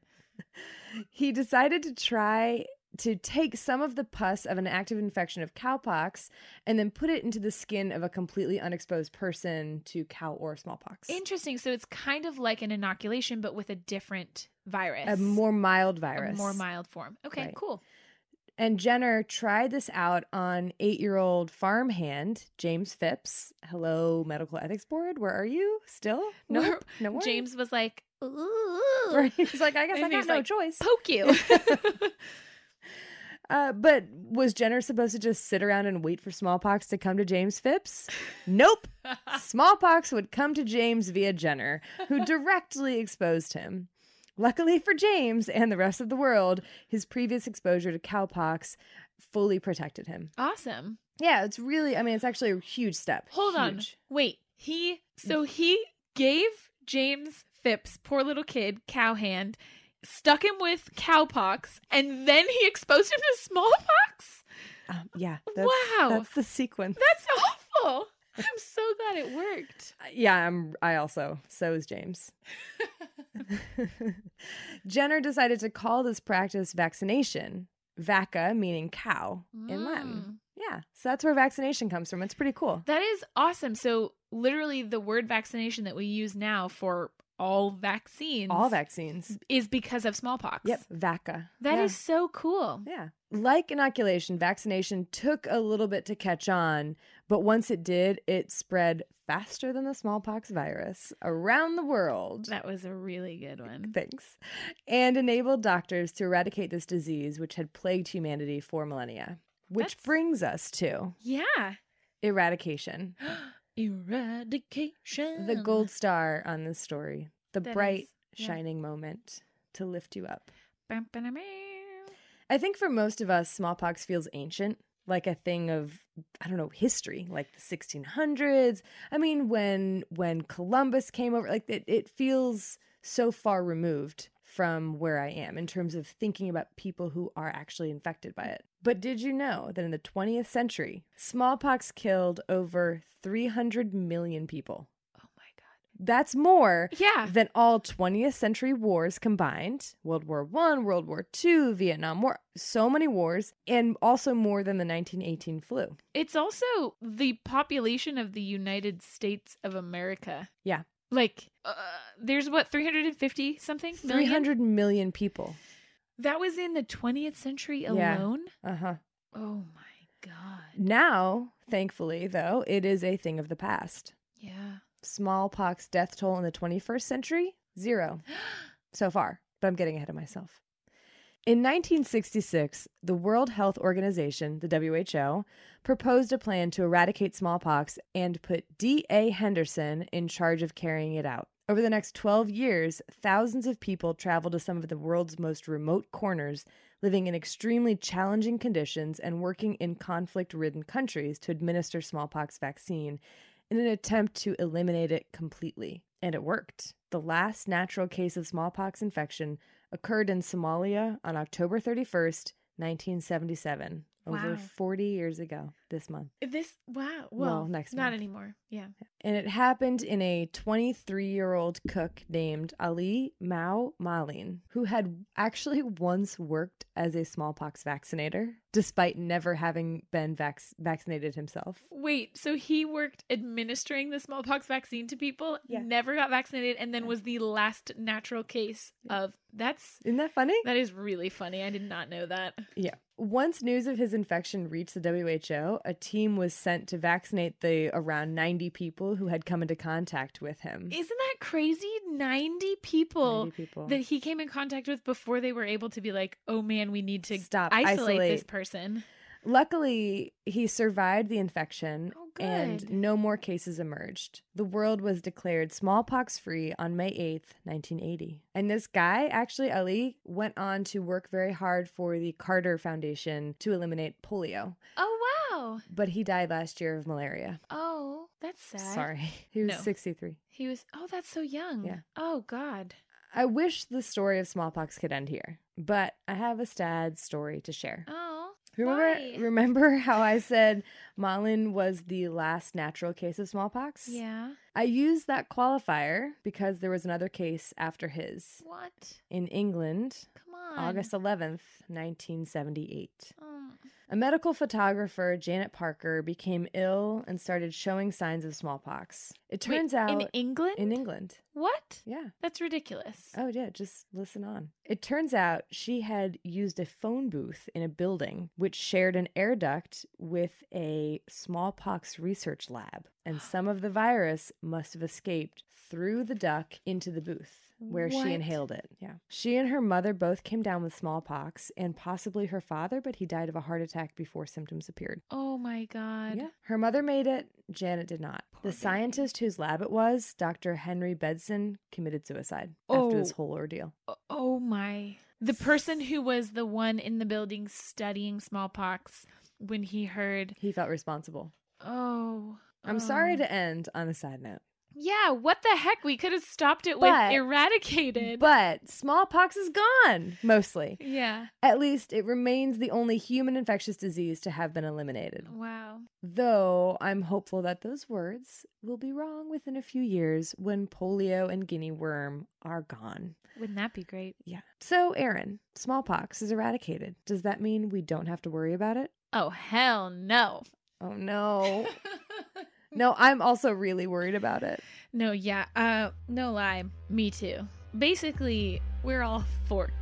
He decided to try to take some of the pus of an active infection of cowpox and then put it into the skin of a completely unexposed person to cow or smallpox. Interesting. So it's kind of like an inoculation, but with a different virus, a more mild A virus. more mild form. Okay, Right. cool. And Jenner tried this out on eight year old farmhand James Phipps. Hello, Medical Ethics Board. Where are you? Still? No. Where- no word. *laughs* James was like, ooh, Right. *laughs* He's like, I guess And I he's got no like, choice. *laughs* poke you. Uh, but was Jenner supposed to just sit around and wait for smallpox to come to James Phipps? *laughs* Nope. smallpox would come to James via Jenner, who directly exposed him. Luckily for James and the rest of the world, his previous exposure to cowpox fully protected him. awesome. Yeah, it's really, I mean, it's actually a huge step. Hold on. Huge. Wait. He so he gave James Phipps, poor little kid, cowhand, stuck him with cowpox, and then he exposed him to smallpox? Um, yeah. That's, Wow. That's the sequence. That's awful. I'm so glad it worked. Yeah, I'm I also. So is James. *laughs* Jenner decided to call this practice vaccination, vacca meaning cow in Latin. Mm. Yeah. So that's where vaccination comes from. It's pretty cool. That is awesome. So literally the word vaccination that we use now for all vaccines All vaccines. is because of smallpox. Yep, vacca. That is yeah. so cool. Yeah. Like inoculation, vaccination took a little bit to catch on, but once it did, it spread faster than the smallpox virus around the world. That was a really good one. Thanks. And enabled doctors to eradicate this disease, which had plagued humanity for millennia. Which That's- brings us to Yeah. eradication, Eradication. the gold star on this story, the That bright, is- yeah. shining moment to lift you up. Bam, bam, bam. I think for most of us, smallpox feels ancient, like a thing of I don't know history, like the 1600s. I mean, when when Columbus came over, like it, it feels so far removed from where I am in terms of thinking about people who are actually infected by it. But did you know that in the 20th century, smallpox killed over 300 million people? Oh my That's more god. Yeah. than all 20th century wars combined World War One, World War Two, Vietnam War, so many wars, and also more than the 1918 flu. It's also the population of the United States of America. Yeah. Like, uh, there's what, 350 something? Three million? hundred million people. That was in the 20th century Yeah. alone. Uh huh. Oh my God. Now, thankfully, though, it is a thing of the past. Yeah. Smallpox death toll in the 21st century? Zero. so far, but I'm getting ahead of myself. In 1966, the World Health Organization, the WHO, proposed a plan to eradicate smallpox and put D.A. Henderson in charge of carrying it out. Over the next 12 years, thousands of people traveled to some of the world's most remote corners, living in extremely challenging conditions and working in conflict ridden countries to administer smallpox vaccine in an attempt to eliminate it completely. And it worked. The last natural case of smallpox infection occurred in Somalia on October 31st, 1977, over Wow. 40 years ago this month. This, wow. Well, Well, next Not month. anymore. Yeah. And it happened in a 23 year old cook named Ali Mao Malin, who had actually once worked as a smallpox vaccinator, despite never having been vac- vaccinated himself. Wait, so he worked administering the smallpox vaccine to people, Yeah. never got vaccinated, and then was the last natural case of that's Isn't that funny? that is really funny. I did not know that. Yeah. Once news of his infection reached the WHO, a team was sent to vaccinate the around 90 people who had come into contact with him. Isn't that crazy? 90 people, 90 people. that he came in contact with before they were able to be like, oh man, we need to Stop, isolate, this isolate. person. Luckily, he survived the infection Oh, and good. no more cases emerged. The world was declared smallpox free on May 8th, 1980. And this guy, actually, Ali, went on to work very hard for the Carter Foundation to eliminate polio, Oh, wow. but he died last year of malaria. Oh, that's sad. Sorry. *laughs* He was No. 63. He was, oh, that's so young. Yeah. Oh, God. I wish the story of smallpox could end here, but I have a sad story to share. Oh. Remember, why? remember how I said Malin was the last natural case of smallpox? Yeah. I used that qualifier because there was another case after his What? in England, Come on. August 11th, 1978. Oh. A medical photographer, Janet Parker, became ill and started showing signs of smallpox. It Wait, turns out in England. in England. What? Yeah. That's ridiculous. Oh, yeah, just listen on. It turns out she had used a phone booth in a building which shared an air duct with a smallpox research lab, *gasps* and some of the virus must have escaped through the duct into the booth where What? she inhaled it. Yeah. She and her mother both came down with smallpox and possibly her father, but he died of a heart attack before symptoms appeared. Oh my god. Yeah. Her mother made it, Janet did not. Poor the baby. scientist whose lab it was, Dr. Henry Bedson, committed suicide after this Oh. whole ordeal. O- Oh my. The person who was the one in the building studying smallpox when he heard, He felt responsible. "Oh, I'm oh. sorry to end on a side note, Yeah, what the heck? We could have stopped it But- with eradicated. but smallpox is gone, mostly. yeah. At least it remains the only human infectious disease to have been eliminated. Wow. Though I'm hopeful that those words will be wrong within a few years when polio and guinea worm are gone. Wouldn't that be great? Yeah. So, Aaron, smallpox is eradicated. Does that mean we don't have to worry about it? Oh hell no. *laughs* Oh no. no, I'm also really worried about it. No, yeah. Uh no lie. Me too. Basically, we're all forked.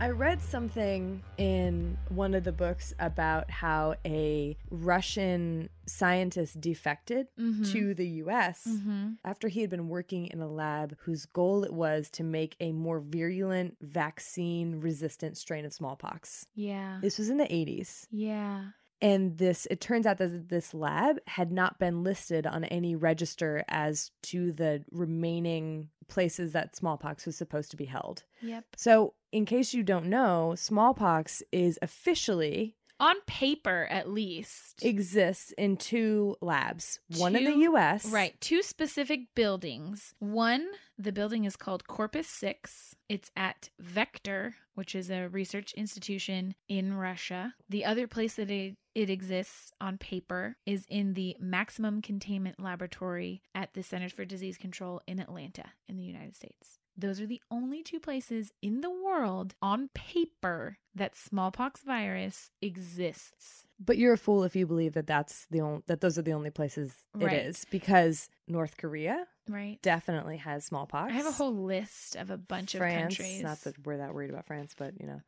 I read something in one of the books about how a Russian scientist defected Mhm. to the US Mhm. after he had been working in a lab whose goal it was to make a more virulent vaccine resistant strain of smallpox. Yeah. This was in the 80s. Yeah. and this it turns out that this lab had not been listed on any register as to the remaining places that smallpox was supposed to be held Yep. so in case you don't know smallpox is officially On paper, at least. exists in two labs one in the Two- us Right. Two specific buildings. One, the building is called Corpus 6. It's at Vector, which is a research institution in Russia. The other place that it, it exists on paper is in the Maximum Containment Laboratory at the Centers for Disease Control in Atlanta, in the United States. Those are the only two places in the world on paper that smallpox virus exists. But you're a fool if you believe that that's the only that those are the only places Right. it is because North Korea Right? definitely has smallpox. I have a whole list of a bunch France, of countries. Not that we're that worried about France, but you know,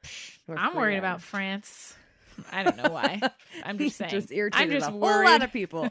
North I'm worried Korea. *laughs* about France. I don't know why. *laughs* I'm just saying. just irritated I'm just about a whole worried. lot of *laughs* people.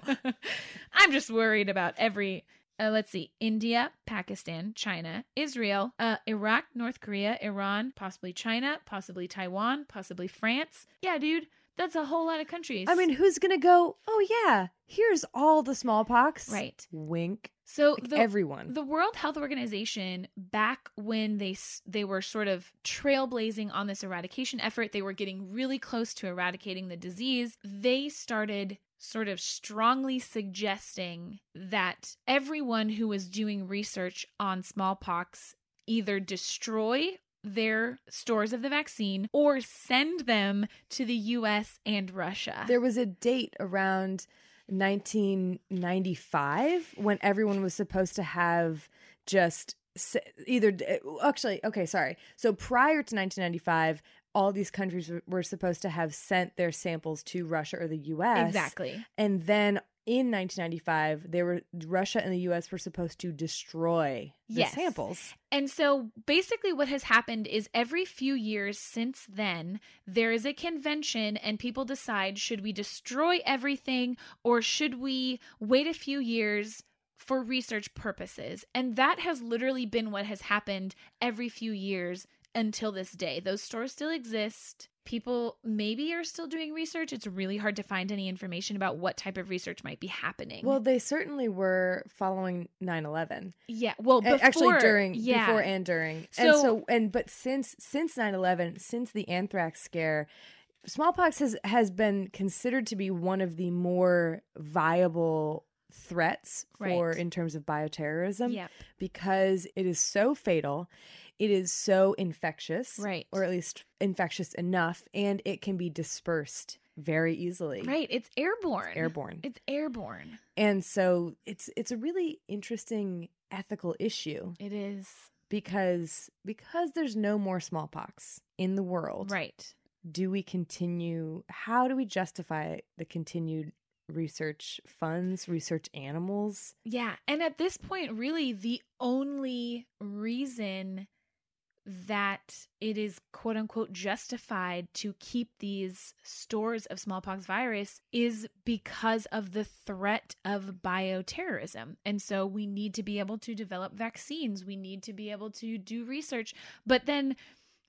I'm just worried about every. Uh, let's see: India, Pakistan, China, Israel, uh, Iraq, North Korea, Iran, possibly China, possibly Taiwan, possibly France. Yeah, dude, that's a whole lot of countries. I mean, who's gonna go? Oh yeah, here's all the smallpox. right? Wink. So Like the everyone. the World Health Organization back when they s- they were sort of trailblazing on this eradication effort, they were getting really close to eradicating the disease. They started sort of strongly suggesting that everyone who was doing research on smallpox either destroy their stores of the vaccine or send them to the US and Russia. There was a date around 1995 when everyone was supposed to have just s- either eh, actually okay sorry so prior to 1995 all these countries were- were supposed to have sent their samples to Russia or the US exactly. and then in 1995 they were Russia and the US were supposed to destroy the Yes. samples And so basically, what has happened is every few years since then, there is a convention and people decide should we destroy everything or should we wait a few years for research purposes? And that has literally been what has happened every few years until this day. Those stores still exist. People maybe are still doing research. It's really hard to find any information about what type of research might be happening. well they certainly were following 9/11 yeah. Well, A- before, actually during yeah, before and during and So- so and but since since 9-11 since the anthrax scare smallpox has has been considered to be one of the more viable threats for Right. in terms of bioterrorism Yep. because it is so fatal it is so infectious Right. or at least infectious enough and it can be dispersed very easily Right. It's airborne. airborne It's airborne. and so it's it's a really interesting ethical issue It is. because because there's no more smallpox in the world Right. do we continue how do we justify the continued research funds research animals Yeah. And at this point, really, the only reason that it is quote unquote justified to keep these stores of smallpox virus is because of the threat of bioterrorism. And so we need to be able to develop vaccines, we need to be able to do research. But then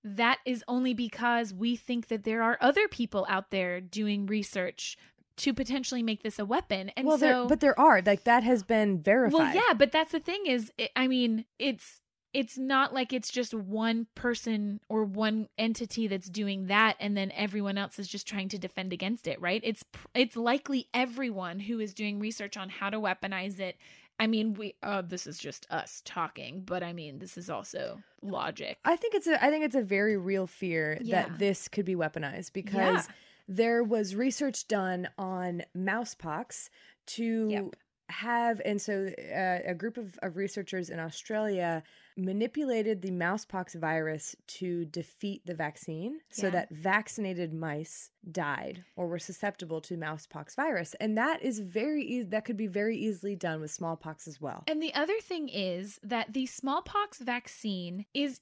that is only because we think that there are other people out there doing research to potentially make this a weapon. And well so there but there are like that has been verified well, yeah, but that's the thing is, it, I mean, it's it's not like it's just one person or one entity that's doing that, and then everyone else is just trying to defend against it, right? It's pr- it's likely everyone who is doing research on how to weaponize it. I mean, we uh, this is just us talking, but I mean, this is also logic. i think it's a i think it's a very real fear Yeah. that this could be weaponized because Yeah. there was research done on mousepox to Yep. have and so uh, a group of, of researchers in australia manipulated the mousepox virus to defeat the vaccine so Yeah. that vaccinated mice died or were susceptible to mousepox virus and that is very easy that could be very easily done with smallpox as well And the other thing is that the smallpox vaccine is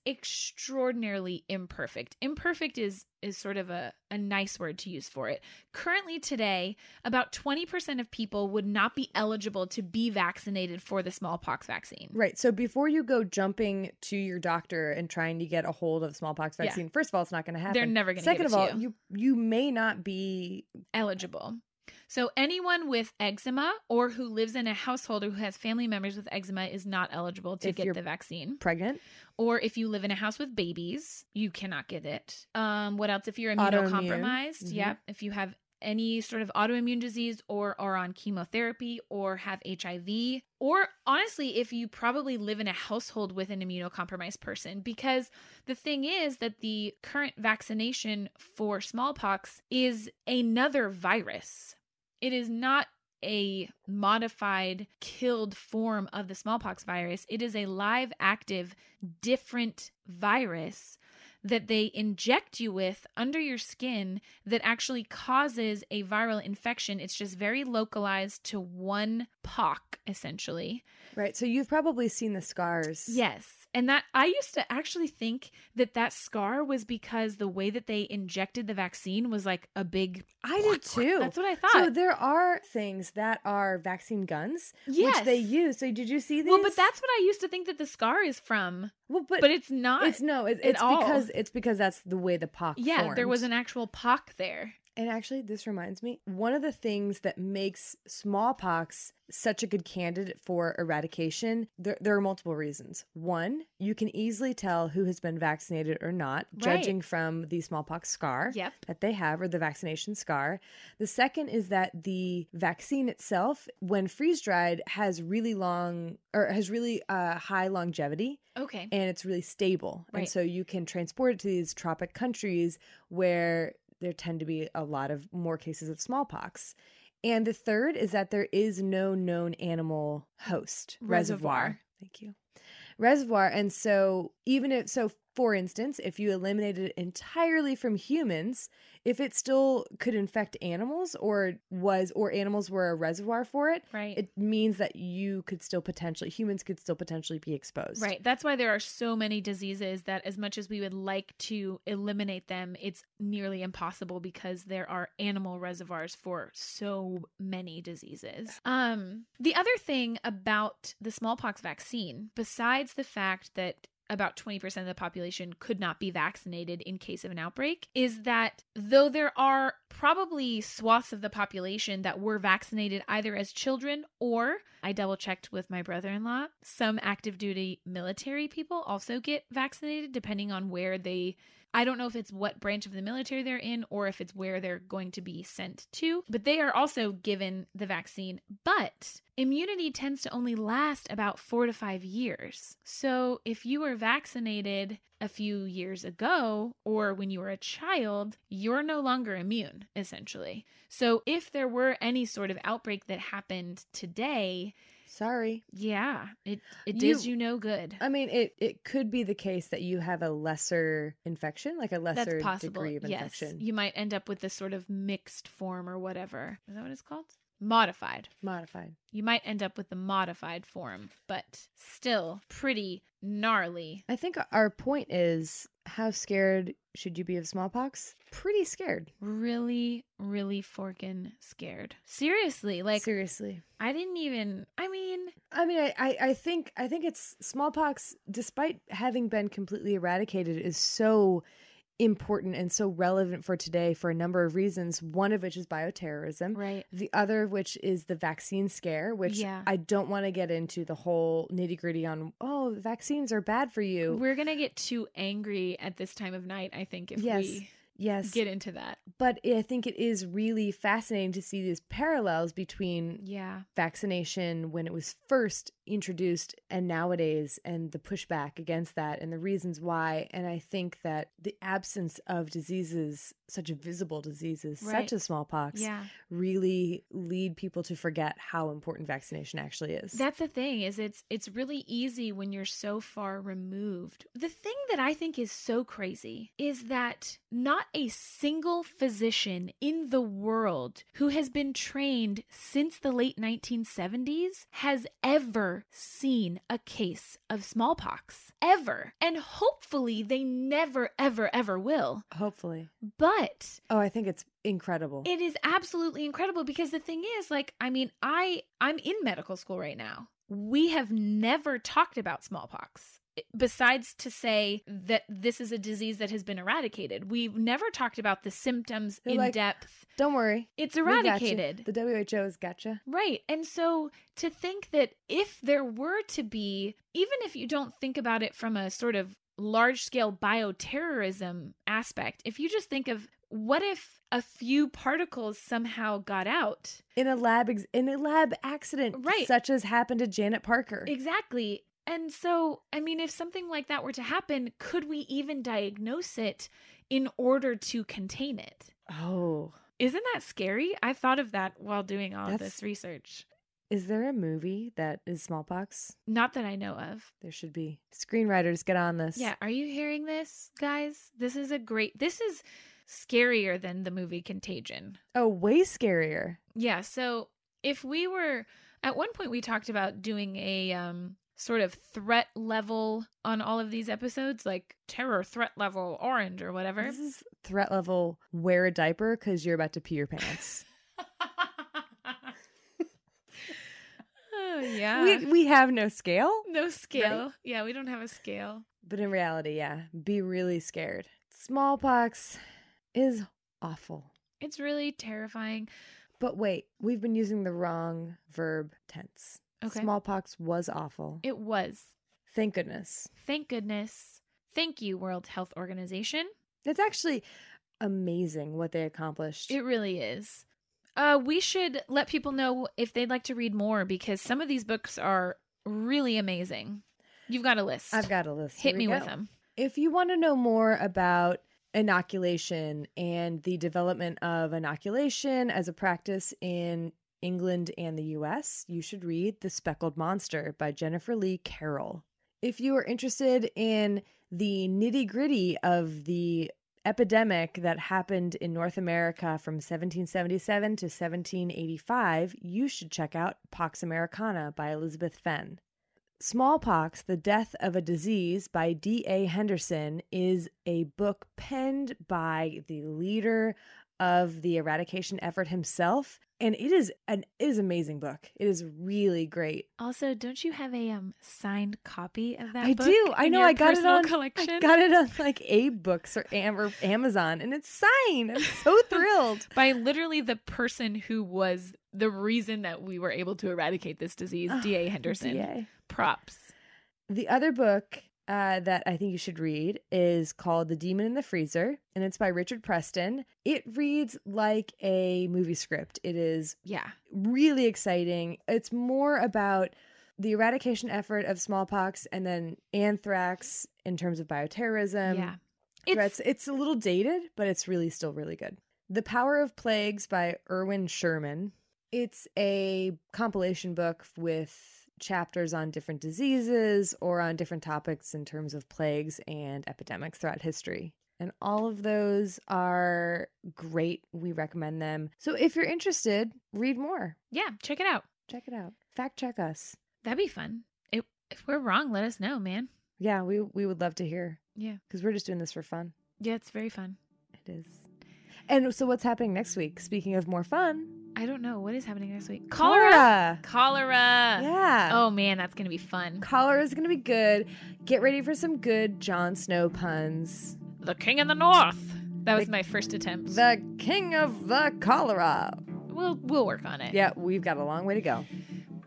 extraordinarily imperfect. Imperfect is is sort of a, a nice word to use for it. Currently today, about 20% of people would not be eligible to be vaccinated for the smallpox vaccine. Right. So before you go jumping to your doctor and trying to get a hold of smallpox Yeah. vaccine, first of all, it's not going to happen. never gonna give Second it of to all, you. you you may not be eligible. So anyone with eczema or who lives in a household or who has family members with eczema is not eligible to If get you're the vaccine. pregnant. Or if you live in a house with babies, you cannot get it. Um, what else? If you're Autoimmune. immunocompromised, Mhm. yep. If you have any sort of autoimmune disease or are on chemotherapy or have HIV, or honestly, if you probably live in a household with an immunocompromised person, because the thing is that the current vaccination for smallpox is another virus. It is not a modified, killed form of the smallpox virus. It is a live, active, different virus that they inject you with under your skin that actually causes a viral infection. It's just very localized to one pock, essentially. Right. So you've probably seen the scars. Yes. And that I used to actually think that that scar was because the way that they injected the vaccine was like a big. I did too. That's what I thought. So there are things that are vaccine guns, Yes. which they use. So did you see these? well, but that's what I used to think that the scar is from. well, But, but, it's not. it's no, it, at it's all. because it's because that's the way the pock. Yeah, there formed. was an actual pock there. And actually, this reminds me one of the things that makes smallpox such a good candidate for eradication, there, there are multiple reasons. One, you can easily tell who has been vaccinated or not, Right. judging from the smallpox scar Yep. that they have or the vaccination scar. The second is that the vaccine itself, when freeze dried, has really long or has really uh, high longevity Okay. and it's really stable. Right. And so you can transport it to these tropic countries where there tend to be a lot of more cases of smallpox. And the third is that there is no known animal host Reservoir. Thank you. Reservoir. And so, even if, so for instance, if you eliminated it entirely from humans, if it still could infect animals or was, or animals were a reservoir for it, right. it means that you could still potentially, humans could still potentially be exposed. Right. That's why there are so many diseases that, as much as we would like to eliminate them, it's nearly impossible because there are animal reservoirs for so many diseases. Um, the other thing about the smallpox vaccine, besides the fact that about 20% of the population could not be vaccinated in case of an outbreak is that though there are probably swaths of the population that were vaccinated either as children or I double checked with my brother in law, some active duty military people also get vaccinated depending on where they. I don't know if it's what branch of the military they're in or if it's where they're going to be sent to, but they are also given the vaccine. But immunity tends to only last about four to five years. So if you were vaccinated a few years ago or when you were a child, you're no longer immune, essentially. So if there were any sort of outbreak that happened today, Sorry. yeah, it it You- does you, no good. I mean, it, it could be the case that you have a lesser infection, like a lesser That's possible. degree of yes, infection. you might end up with this sort of mixed form or whatever. Is that what it's called? Modified. Modified. You might end up with the modified form, but still pretty gnarly. I think our point is how scared should you be of smallpox? Pretty scared. Really, really forkin' scared. Seriously, like seriously. I didn't even. I mean, I mean, I, I, I think I think it's smallpox, despite having been completely eradicated, is so important and so relevant for today for a number of reasons. One of which is bioterrorism. right? The other of which is the vaccine scare, which Yeah. I don't want to get into the whole nitty gritty on, oh, vaccines are bad for you. We're gonna get too angry at this time of night. I think if Yes. we yes. get into that. But I think it is really fascinating to see these parallels between Yeah. vaccination when it was first introduced and nowadays and the pushback against that and the reasons why. And I think that the absence of diseases, such visible diseases, Right. such as smallpox, Yeah. really lead people to forget how important vaccination actually is. That's the thing is it's it's really easy when you're so far removed. The thing that I think is so crazy is that not a single physician in the world who has been trained since the late 1970s has ever seen a case of smallpox ever. And hopefully they never ever ever will. Hopefully. But Oh, I think it's incredible. it is absolutely incredible because the thing is like I mean I I'm in medical school right now. We have never talked about smallpox eh, besides to say that this is a disease that has been eradicated. We've never talked about the symptoms They're in like, depth. Don't worry. It's we got you. eradicated. The WHO has gotcha. Right. And so to think that if there were to be, even if you don't think about it from a sort of large scale bioterrorism aspect, if you just think of what if a few particles somehow got out? In a lab ex- in a lab accident Right. such as happened to Janet Parker. Exactly. And so, I mean, if something like that were to happen, could we even diagnose it in order to contain it? oh. Isn't that scary? I thought of that while doing all of That's- this research. Is there a movie that is smallpox? Not that I know of. There should be. Screenwriters, get on this. Yeah, are you hearing this, guys? This is a great. This is scarier than the movie Contagion. Oh, way scarier. Yeah, so if we were at one point we talked about doing a um sort of threat level on all of these episodes like terror threat level orange *laughs* or whatever. This is threat level wear a diaper because you're about to pee your pants. oh *laughs* yeah. we, we have no scale, no scale. Yeah, we don't have a scale. but in reality, yeah, be really scared. Smallpox is awful. It's really terrifying. But wait, we've been using the wrong verb tense. Okay. Smallpox was awful. It was. Thank goodness. Thank goodness. Thank you World Health Organization. That's actually amazing what they accomplished. It really is. Uh, we should let people know if they'd like to read more because some of these books are really amazing. You've got a list. I've got a list. Hit Here me we with go. them. If you want to know more about inoculation and the development of inoculation as a practice in England and the US, you should read The Speckled Monster by Jennifer Lee Carroll. If you are interested in the nitty gritty of the epidemic that happened in North America from 1777 to 1785, you should check out Pax Americana by Elizabeth Fenn. Smallpox, The Death of a Disease by D.A. Henderson is a book penned by the leader of the eradication effort himself. And it is an it is an amazing book. It is really great. Also, don't you have a um signed copy of that? I book do. I in know. your I got it personal on. collection. I got it on like a books or, Am- or Amazon, and it's signed. I'm *laughs* so thrilled. by literally the person who was the reason that we were able to eradicate this disease, Ah, D.A. Henderson. DA. Props. The other book uh, that I think you should read is called The Demon in the Freezer, and it's by Richard Preston. It reads like a movie script. It is Yeah. really exciting. It's more about the eradication effort of smallpox and then anthrax in terms of bioterrorism. yeah. It's, it's a little dated, but it's really still really good. The Power of Plagues by Erwin Sherman. It's a compilation book with chapters on different diseases or on different topics in terms of plagues and epidemics throughout history. And all of those are great. We recommend them. So if you're interested, read more. Yeah. Check it out. Check it out. Fact check us. That'd be fun. It, if we're wrong, let us know, man. Yeah, we we would love to hear Yeah. because we're just doing this for fun. Yeah. It's very fun. It is. And so what's happening next week? Speaking of more fun, I don't know what is happening next week. Cholera. Cholera. Yeah. Oh man, that's gonna be fun. Cholera is going to be good. Get ready for some good Jon Snow puns. The King of the North. That was The- my first attempt. The king of the cholera. we'll we'll work on it. Yeah, we've got a long way to go.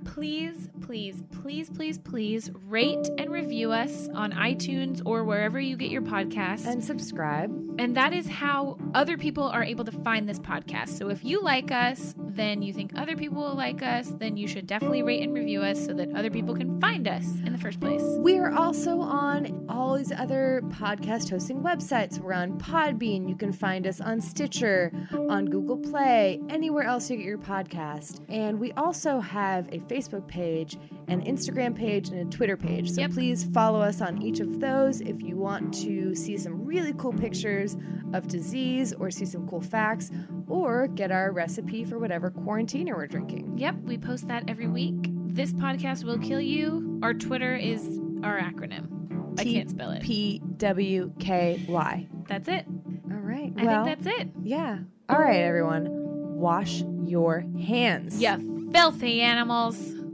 Please, please, please, please, please rate and review us on iTunes or wherever you get your podcasts. And subscribe. And that is how other people are able to find this podcast. So if you like us, then you think other people will like us, then you should definitely rate and review us so that other people can find us in the first place. We are also on all these other podcast hosting websites. We're on Podbean. You can find us on Stitcher, on Google Play, anywhere else you get your podcast. And we also have a Facebook page, an Instagram page, and a Twitter page. So Yep. please follow us on each of those if you want to see some really cool pictures of disease or see some cool facts or get our recipe for whatever quarantiner we're drinking. Yep, we post that every week. This podcast will kill you. Our Twitter is our acronym. I I T- can't spell it. P W K Y. that's it. All right. I well, think that's it. Yeah. All right, everyone. Wash your hands. You filthy animals.